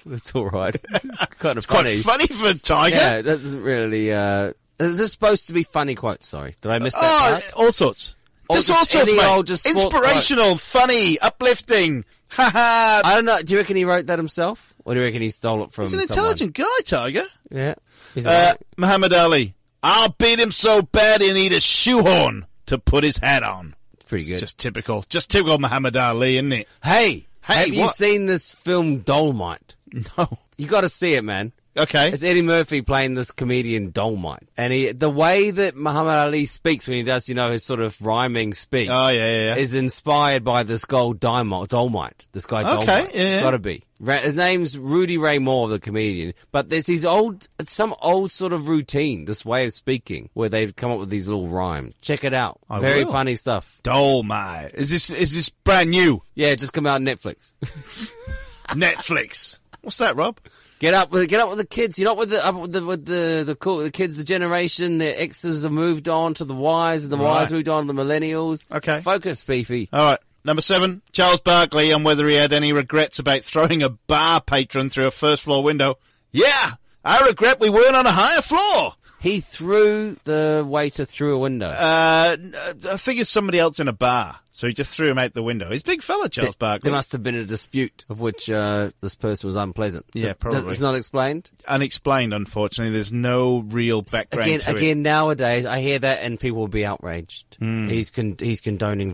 S3: That's all right. It's kind of
S2: Quite
S3: funny.
S2: funny for Tiger.
S3: yeah, that isn't really. Uh, this is supposed to be funny quotes. Sorry, did I miss that?
S2: Oh,
S3: part?
S2: all sorts.
S3: Or
S2: just,
S3: just
S2: all sorts,
S3: any
S2: mate.
S3: old just sports
S2: Inspirational, funny, uplifting. Ha ha.
S3: I don't know. Do you reckon he wrote that himself, or do you reckon he stole it from?
S2: He's an
S3: someone?
S2: intelligent guy, Tiger.
S3: Yeah. He's
S2: Uh,
S3: alright.
S2: Muhammad Ali. I'll beat him so bad he'll need a shoehorn to put his hat on.
S3: pretty good.
S2: Just typical. Just typical Muhammad Ali, isn't it?
S3: hey,
S2: Hey,
S3: have you
S2: what?
S3: seen this film Dolmite?
S2: No.
S3: You got to see it, man.
S2: Okay.
S3: It's Eddie Murphy playing this comedian Dolmite, and he the way that Muhammad Ali speaks when he does, you know, his sort of rhyming speak.
S2: Oh, yeah, yeah, yeah.
S3: Is inspired by this gold Dimo- Dolmite, this guy
S2: Okay,
S3: Dolmite.
S2: yeah, yeah.
S3: Gotta be. Ra- His name's Rudy Ray Moore, the comedian. But there's these old, it's some old sort of routine, this way of speaking, where they've come up with these little rhymes. Check it out.
S2: I
S3: Very
S2: will.
S3: funny stuff.
S2: Dole, mate. Is this is this brand new
S3: Yeah, it just come out on Netflix.
S2: Netflix? What's that, Rob?
S3: Get up with get up with the kids. You're not with the up with the with the the, cool, the kids, the generation. The X's have moved on to the Y's, and the
S2: Right.
S3: Y's moved on to the millennials.
S2: Okay.
S3: focus, beefy.
S2: All right. Number seven, Charles Barkley on whether he had any regrets about throwing a bar patron through a first floor window. Yeah, I regret we weren't on a higher floor.
S3: He threw the waiter through a window.
S2: Uh, n- I think it's somebody else in a bar, so he just threw him out the window. He's a big fella, Charles Barkley.
S3: there must have been a dispute of which uh, this person was unpleasant.
S2: Yeah,
S3: Th-
S2: probably.
S3: It's not explained.
S2: Unexplained, unfortunately. There's no real background
S3: Again,
S2: to it.
S3: again, nowadays I hear that and people will be outraged.
S2: Hmm.
S3: He's con- he's condoning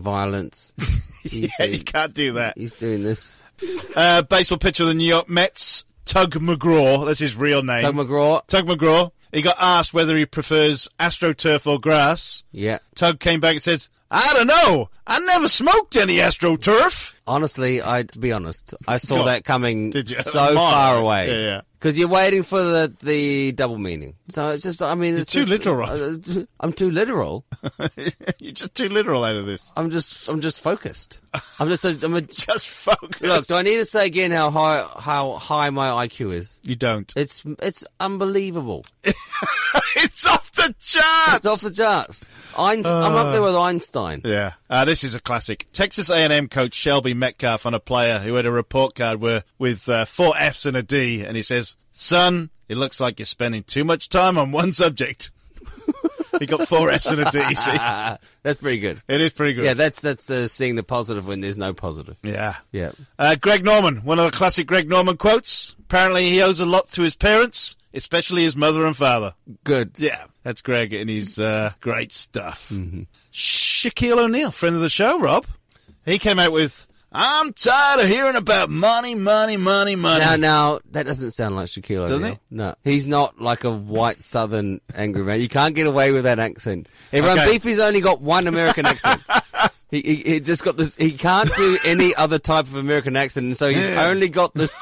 S3: violence. he's,
S2: Yeah,
S3: doing-
S2: you can't do that.
S3: he's doing this.
S2: Uh, baseball pitcher of the New York Mets, Tug McGraw. That's his real name.
S3: Doug McGraw.
S2: Tug McGraw. He got asked whether he prefers AstroTurf or grass.
S3: Yeah.
S2: Tug came back and said, I don't know. I never smoked any AstroTurf.
S3: Honestly, I to be honest, I saw
S2: God.
S3: that coming
S2: Did you?
S3: so
S2: Mine.
S3: far away.
S2: Yeah, yeah.
S3: Because you're waiting for the, the double meaning. So it's just, I mean, it's
S2: too
S3: just-
S2: literal.
S3: uh, I'm too literal.
S2: You're just too literal out of this.
S3: I'm just, I'm just focused. I'm just, a, I'm a.
S2: Just focus.
S3: Look, do I need to say again how high, how high my IQ is?
S2: you don't.
S3: It's, it's unbelievable.
S2: It's off the charts.
S3: It's off the charts. Einst- I'm up there with Einstein.
S2: Yeah, uh, this is a classic. Texas A&M coach Shelby Metcalf on a player who had a report card where, with uh, four Fs and a D, and he says, "Son, it looks like you're spending too much time on one subject." he got four Fs and a D. you See,
S3: That's pretty good.
S2: it is pretty good.
S3: Yeah, that's that's uh, seeing the positive when there's no positive.
S2: yeah.
S3: Yeah.
S2: Uh, Greg Norman, one of the classic Greg Norman quotes. Apparently, he owes a lot to his parents, especially his mother and father.
S3: Good.
S2: Yeah, that's Greg and his uh, great stuff.
S3: Mm-hmm.
S2: Shaquille O'Neal, friend of the show, Rob. He came out with, I'm tired of hearing about money, money, money, money.
S3: Now, now that doesn't sound like Shaquille
S2: Doesn't
S3: O'Neal.
S2: it?
S3: No, he's not like a white Southern angry man. You can't get away with that accent. Everyone,
S2: Okay.
S3: Beefy's only got one American accent. He, he, he just got this. He can't do any other type of American accent, and so he's only got this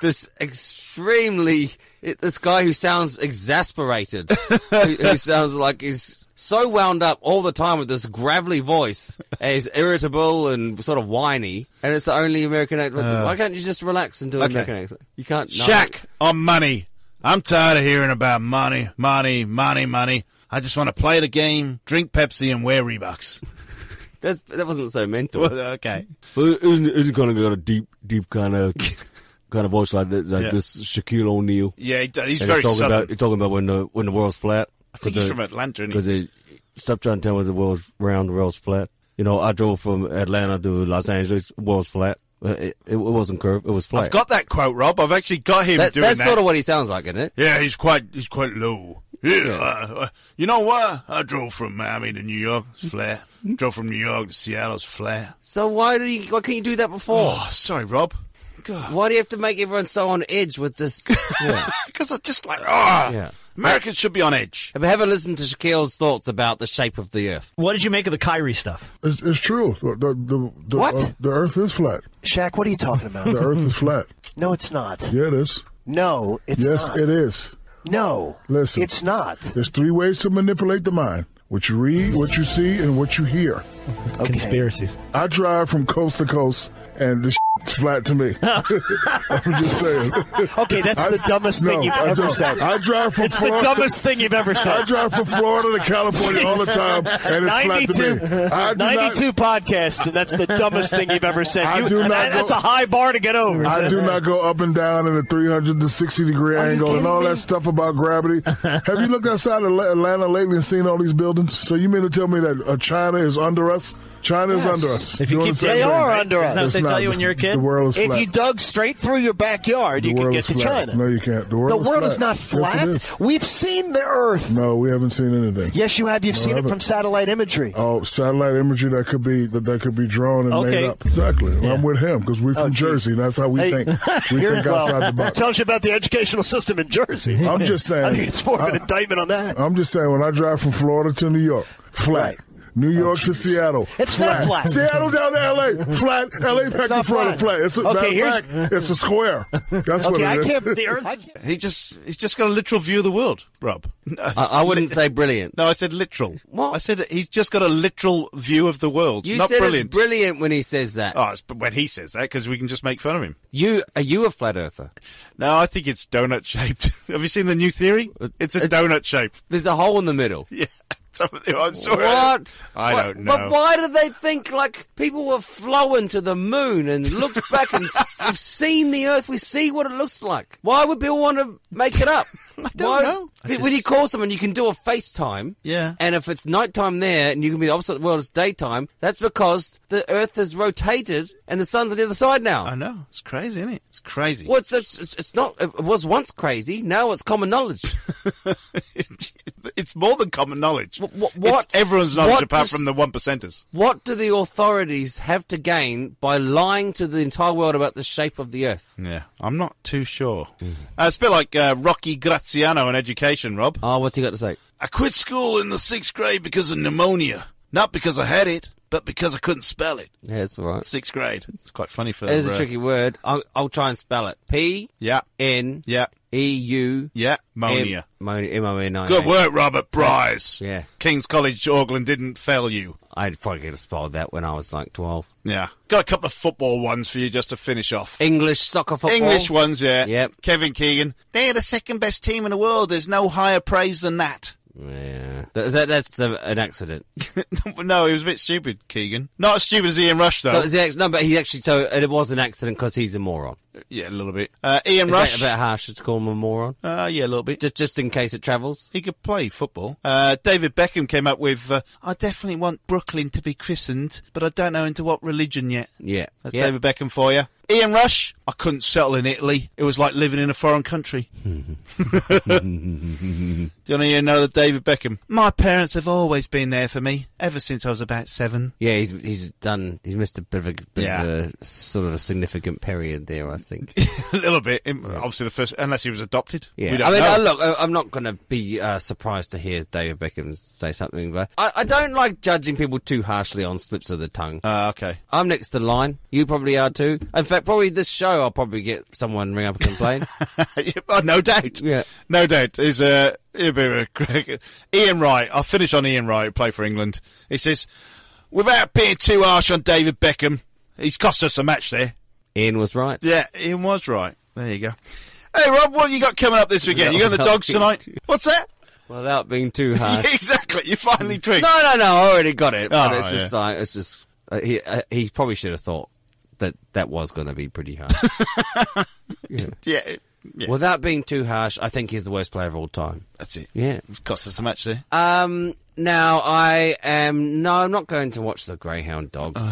S3: this extremely it- this guy who sounds exasperated, who, who sounds like he's so wound up all the time with this gravelly voice, and he's irritable and sort of whiny, and it's the only American accent.
S10: Uh.
S3: Why can't you just relax and do an
S2: Okay.
S3: American accent? You can't. no.
S2: Shaq on money. I'm tired of hearing about money, money, money, money. I just want to play the game, drink Pepsi, and wear Reeboks.
S3: That's, that wasn't so mental.
S2: Well, okay.
S10: isn't isn't kind of got a deep, deep kind of kind of voice like that, like
S2: Yeah.
S10: this Shaquille O'Neal.
S2: Yeah, he, he's
S10: And
S2: very
S10: talking
S2: southern.
S10: about you're talking about when the when the world's flat.
S2: I think he's from Atlanta, isn't he?
S10: Because they stop trying to tell me the world's round, the world's flat. You know, I drove from Atlanta to Los Angeles, world's flat. Uh, It, it wasn't curved, it was flat.
S2: I've got that quote, Rob. I've actually got him
S3: That-
S2: doing
S3: that's
S2: that.
S3: sort of what he sounds like, isn't it?
S2: Yeah, he's quite he's quite low. Yeah, uh, uh, you know what? I drove from Miami to New York. It's flat. drove from New York to Seattle. It's flat.
S3: So why do you? Why can't you do that before?
S2: Oh, sorry, Rob.
S3: Why do you have to make everyone so on edge with this? Yeah.
S2: Because I'm just like, ah,
S3: Yeah.
S2: Americans should be on edge.
S3: Have- Have a listen to Shaquille's thoughts about the shape of the Earth.
S6: What did you make of the Kyrie stuff?
S7: It's, it's true. The, the, the, the,
S6: What?
S7: uh, the Earth is flat.
S6: Shaq, what are you talking about?
S7: The Earth is flat.
S6: no, it's not.
S7: Yeah, it is.
S6: No, it's
S7: yes,
S6: not.
S7: it is.
S6: No,
S7: Listen.
S6: it's not.
S7: There's three ways to manipulate the mind: what you read, what you see, and what you hear.
S6: Okay.
S10: Conspiracies.
S7: I drive from coast to coast, and this is flat to me. I'm just saying.
S6: Okay, that's the dumbest
S7: no,
S6: thing you've
S7: I
S6: ever
S7: drive,
S6: said.
S7: I drive from
S6: It's the
S7: Florida.
S6: dumbest thing you've ever
S7: I
S6: said.
S7: drive from Florida to California all the time, and it's flat to me. I do not-
S6: 92 podcasts, and that's the dumbest thing you've ever said.
S7: I
S6: You-
S7: do not
S6: that-
S7: go-
S6: that's a high bar to get over.
S7: I do not go up and down in a 360 degree angle and all that stuff about gravity. Have you looked outside of La- Atlanta lately and seen all these buildings? So you mean to tell me that uh, China is under us? China is under us.
S6: If you keep-
S7: understand
S6: they
S7: me?
S6: are under us. Isn't that what
S7: It's
S6: they tell
S7: not.
S6: you when you're a kid?
S7: The world is
S6: If
S7: flat.
S6: you dug straight through your backyard,
S7: The
S6: you could
S7: world
S6: get
S7: is
S6: to
S7: flat.
S6: China.
S7: No, you can't. The world,
S6: the
S7: is,
S6: world
S7: flat.
S6: is not flat.
S7: Yes, it is.
S6: We've seen the Earth.
S7: No, we haven't seen anything.
S6: Yes, you have. You've seen it
S7: haven't.
S6: from satellite imagery.
S7: Oh, satellite imagery that could be that, that could be drawn and
S6: Okay. Oh,
S7: made up. Exactly. I'm with him because we're from
S6: geez.
S7: Jersey. And that's how we
S6: Hey,
S7: think. We
S6: you're-
S7: think
S6: well,
S7: outside the
S6: That
S7: box.
S6: tells you about the educational system in Jersey.
S7: I'm just saying.
S6: I think it's more of an
S7: I-
S6: indictment on that.
S7: I'm just saying, when I drive from Florida to New York, flat.
S6: Right.
S7: New York to Seattle.
S6: It's not flat.
S7: Seattle down to LA. Flat. LA back to
S6: not flat.
S7: Florida. Flat. It's a,
S6: Okay,
S7: matter of
S6: here's-
S7: fact, it's a square. That's what
S6: okay, I
S7: it is.
S6: can't. The Earth. I can't-
S2: He just he's just got a literal view of the world, Rob. No,
S3: I, I wouldn't say brilliant.
S2: no I said literal.
S3: What?
S2: I said he's just got a literal view of the world.
S3: You
S2: Not
S3: said
S2: brilliant.
S3: it's brilliant when he says that.
S2: oh, it's b- when he says that because we can just make fun of him.
S3: You are you a flat earther?
S2: No, I think it's donut shaped. Have you seen the new theory?
S3: Uh,
S2: It's a donut shape.
S3: There's a hole in the middle.
S2: Yeah. Something- I'm sorry.
S3: What?
S2: I
S3: What-
S2: don't know.
S3: But why do they think like people were flowing to the moon and looked back and s- we've seen the Earth? We see what it looks like. Why would people want to make it up? I
S2: don't
S3: why,
S2: know. I
S3: When you
S2: just-
S3: call someone, you can do a FaceTime.
S2: Yeah.
S3: And if it's nighttime there and you can be the opposite world, it's daytime. That's because the Earth has rotated and the sun's on the other side now.
S2: I know. It's crazy, isn't it? It's crazy.
S3: Well, it's, it's, it's not. It was once crazy. Now it's common knowledge.
S2: It- it's more than common knowledge. What,
S3: what-
S2: it's everyone's knowledge
S3: what
S2: apart
S3: does-
S2: from the one percenters.
S3: What do the authorities have to gain by lying to the entire world about the shape of the Earth?
S2: Yeah, I'm not too sure. Uh, it's a bit like uh, Rocky Graziano in education, Rob.
S3: Oh, what's he got to say?
S2: I quit school in the sixth grade because of pneumonia. Not because I had it, but because I couldn't spell it.
S3: Yeah, it's all right.
S2: Sixth grade. It's quite funny for
S3: It is
S2: uh,
S3: a tricky word. I'll, I'll try and spell it. P.
S2: Yeah.
S3: N.
S2: Yeah.
S3: E. U.
S2: Yeah. Monia.
S3: M O N I. A.
S2: Good work, Robert Bryce.
S3: Yeah.
S2: King's College Auckland didn't fail you.
S3: I'd probably get spelled that when I was like 12.
S2: Yeah. Got a couple of football ones for you just to finish off.
S3: English soccer football.
S2: English ones, yeah.
S3: Yep.
S2: Kevin Keegan. They're the second best team in the world. There's no higher praise than that.
S3: Yeah. That, that, that's a, an accident.
S2: no, he was a bit stupid, Keegan. Not as stupid as Ian Rush,
S3: So
S2: though.
S3: it's the ac- no, but he actually, so it was an accident because he's a moron.
S2: yeah, a little bit. Uh, Ian
S3: Is
S2: Rush.
S3: that a bit harsh to call him a moron?
S2: Uh, yeah, a little bit.
S3: Just, just in case it travels?
S2: He could play football. Uh, David Beckham came up with, uh, I definitely want Brooklyn to be christened, but I don't know into what religion yet.
S3: Yeah.
S2: That's
S3: yeah.
S2: David Beckham for you. Ian Rush, I couldn't settle in Italy. It was like living in a foreign country. Do you want to hear another David Beckham? My parents have always been there for me, ever since I was about seven.
S3: Yeah, he's he's done. He's missed a bit of a, bit
S2: Yeah.
S3: of a sort of a significant period there. I think.
S2: a little bit. Im- Obviously, the first, unless he was adopted.
S3: Yeah,
S2: We don't
S3: I mean,
S2: know.
S3: uh, look, I- I'm not going to be uh, surprised to hear David Beckham say something, but I, I don't like judging people too harshly on slips of the tongue.
S2: Ah, okay.
S3: I'm next to line. You probably are too. In fact, probably this show, I'll probably get someone ring up and complain.
S2: oh, no doubt.
S3: Yeah.
S2: No doubt. Is a, a bit of a crack. Ian Wright. I'll finish on Ian Wright, who played for England. He says, without being too harsh on David Beckham, he's cost us a match there.
S3: Ian was right.
S2: Yeah, Ian was right. There you go. Hey, Rob, what you got coming up this weekend? You got the dogs tonight? What's that?
S3: Without being too
S2: Uh,
S3: harsh.
S2: exactly. You finally
S3: no,
S2: twigged.
S3: no, no. I already got it. But
S2: Oh,
S3: it's just
S2: yeah.
S3: like it's just uh, he uh, he probably should have thought that that was going to be pretty harsh.
S2: Yeah, yeah.
S3: Without being too harsh, I think he's the worst player of all time.
S2: That's it.
S3: Yeah.
S2: Cost us a match there.
S3: Um. Now I am. No, I'm not going to watch the Greyhound Dogs.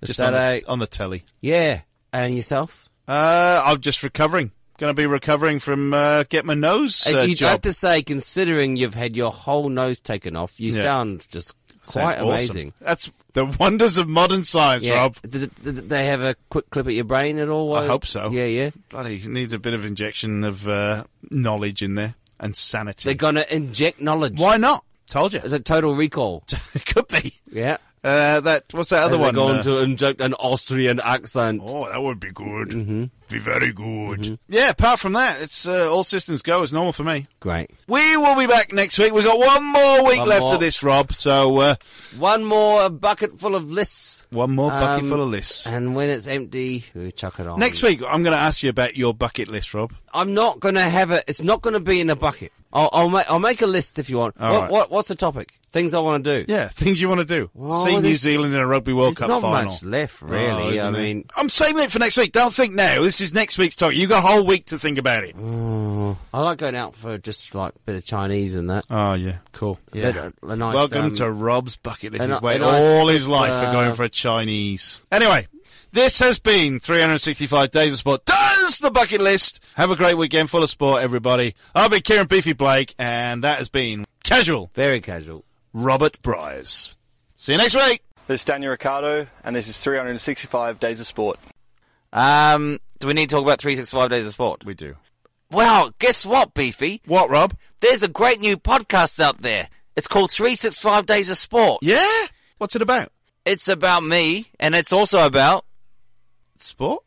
S3: Is
S2: Just
S3: that
S2: on
S3: a,
S2: the, on the telly.
S3: yeah. And yourself?
S2: Uh, I'm just recovering. Going to be recovering from uh, get my nose uh,
S3: You'd
S2: job.
S3: have to say, considering you've had your whole nose taken off, you
S2: Yeah.
S3: sound just
S2: Sound
S3: quite
S2: awesome.
S3: amazing.
S2: That's the wonders of modern science,
S3: Yeah.
S2: Rob.
S3: Did, did did they have a quick clip at your brain at all?
S2: I hope so.
S3: Yeah, yeah.
S2: Bloody needs a bit of injection of uh, knowledge in there and sanity.
S3: They're gonna inject knowledge.
S2: Why not? Told you.
S3: Is it total recall?
S2: it could be.
S3: Yeah.
S2: Uh, that what's that other
S3: They're
S2: one?
S3: going
S2: Uh,
S3: to inject an Austrian accent.
S2: Oh, that would be good.
S3: Mm-hmm.
S2: Be very good. Yeah. Apart from that, it's uh, all systems go as normal for me.
S3: Great.
S2: We will be back next week. We've got one more week
S3: One
S2: left
S3: more.
S2: of this, Rob. So uh,
S3: One more bucket full of lists.
S2: one more bucket
S3: Um,
S2: full of lists.
S3: And when it's empty, we chuck it on.
S2: Next week, I'm going to ask you about your bucket list, Rob.
S3: I'm not going to have it. It's not going to be in a bucket. I'll, I'll, make, I'll make a list if you want.
S2: All
S3: what,
S2: right.
S3: what, what's the topic? Things I want to do.
S2: Yeah, things you want to do.
S3: Well,
S2: See New
S3: there's-
S2: Zealand in a Rugby World
S3: There's
S2: Cup
S3: not
S2: final.
S3: much left, really.
S2: Oh,
S3: I
S2: isn't it?
S3: mean,
S2: I'm saving it for next week. Don't think now. This is next week's topic. You got a whole week to think about it.
S3: I like going out for just like a bit of Chinese and that.
S2: Oh yeah, cool.
S3: Yeah. But, uh, a nice,
S2: Welcome
S3: um,
S2: to Rob's bucket list.
S3: a
S2: He's
S3: ni-
S2: waited
S3: a nice
S2: all his
S3: trip,
S2: life for
S3: uh,
S2: going for a Chinese. Anyway, this has been 365 days of sport. Does the bucket list have a great weekend full of sport, everybody? I'll be Kieran Beefy Blake, and that has been casual.
S3: Very casual.
S2: Robert Bryce. See you next week.
S11: This is Daniel Ricciardo, and this is 365 Days of Sport.
S3: Um, do we need to talk about 365 Days of Sport?
S2: We do.
S3: Well, guess what, Beefy?
S2: What, Rob?
S3: There's a great new podcast out there. It's called 365 Days of Sport.
S2: Yeah. What's it about?
S3: It's about me, and it's also about.
S2: Sport.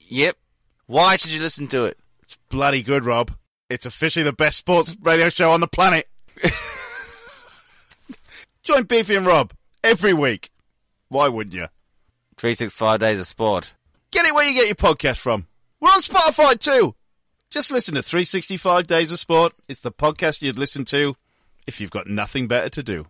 S3: Yep. Why should you listen to it?
S2: Bloody good, Rob. It's officially the best sports radio show on the planet. Join Beefy and Rob every week. Why wouldn't you?
S3: 365 Days of Sport.
S2: Get it where you get your podcast from. We're on Spotify too. Just listen to 365 Days of Sport. It's the podcast you'd listen to if you've got nothing better to do.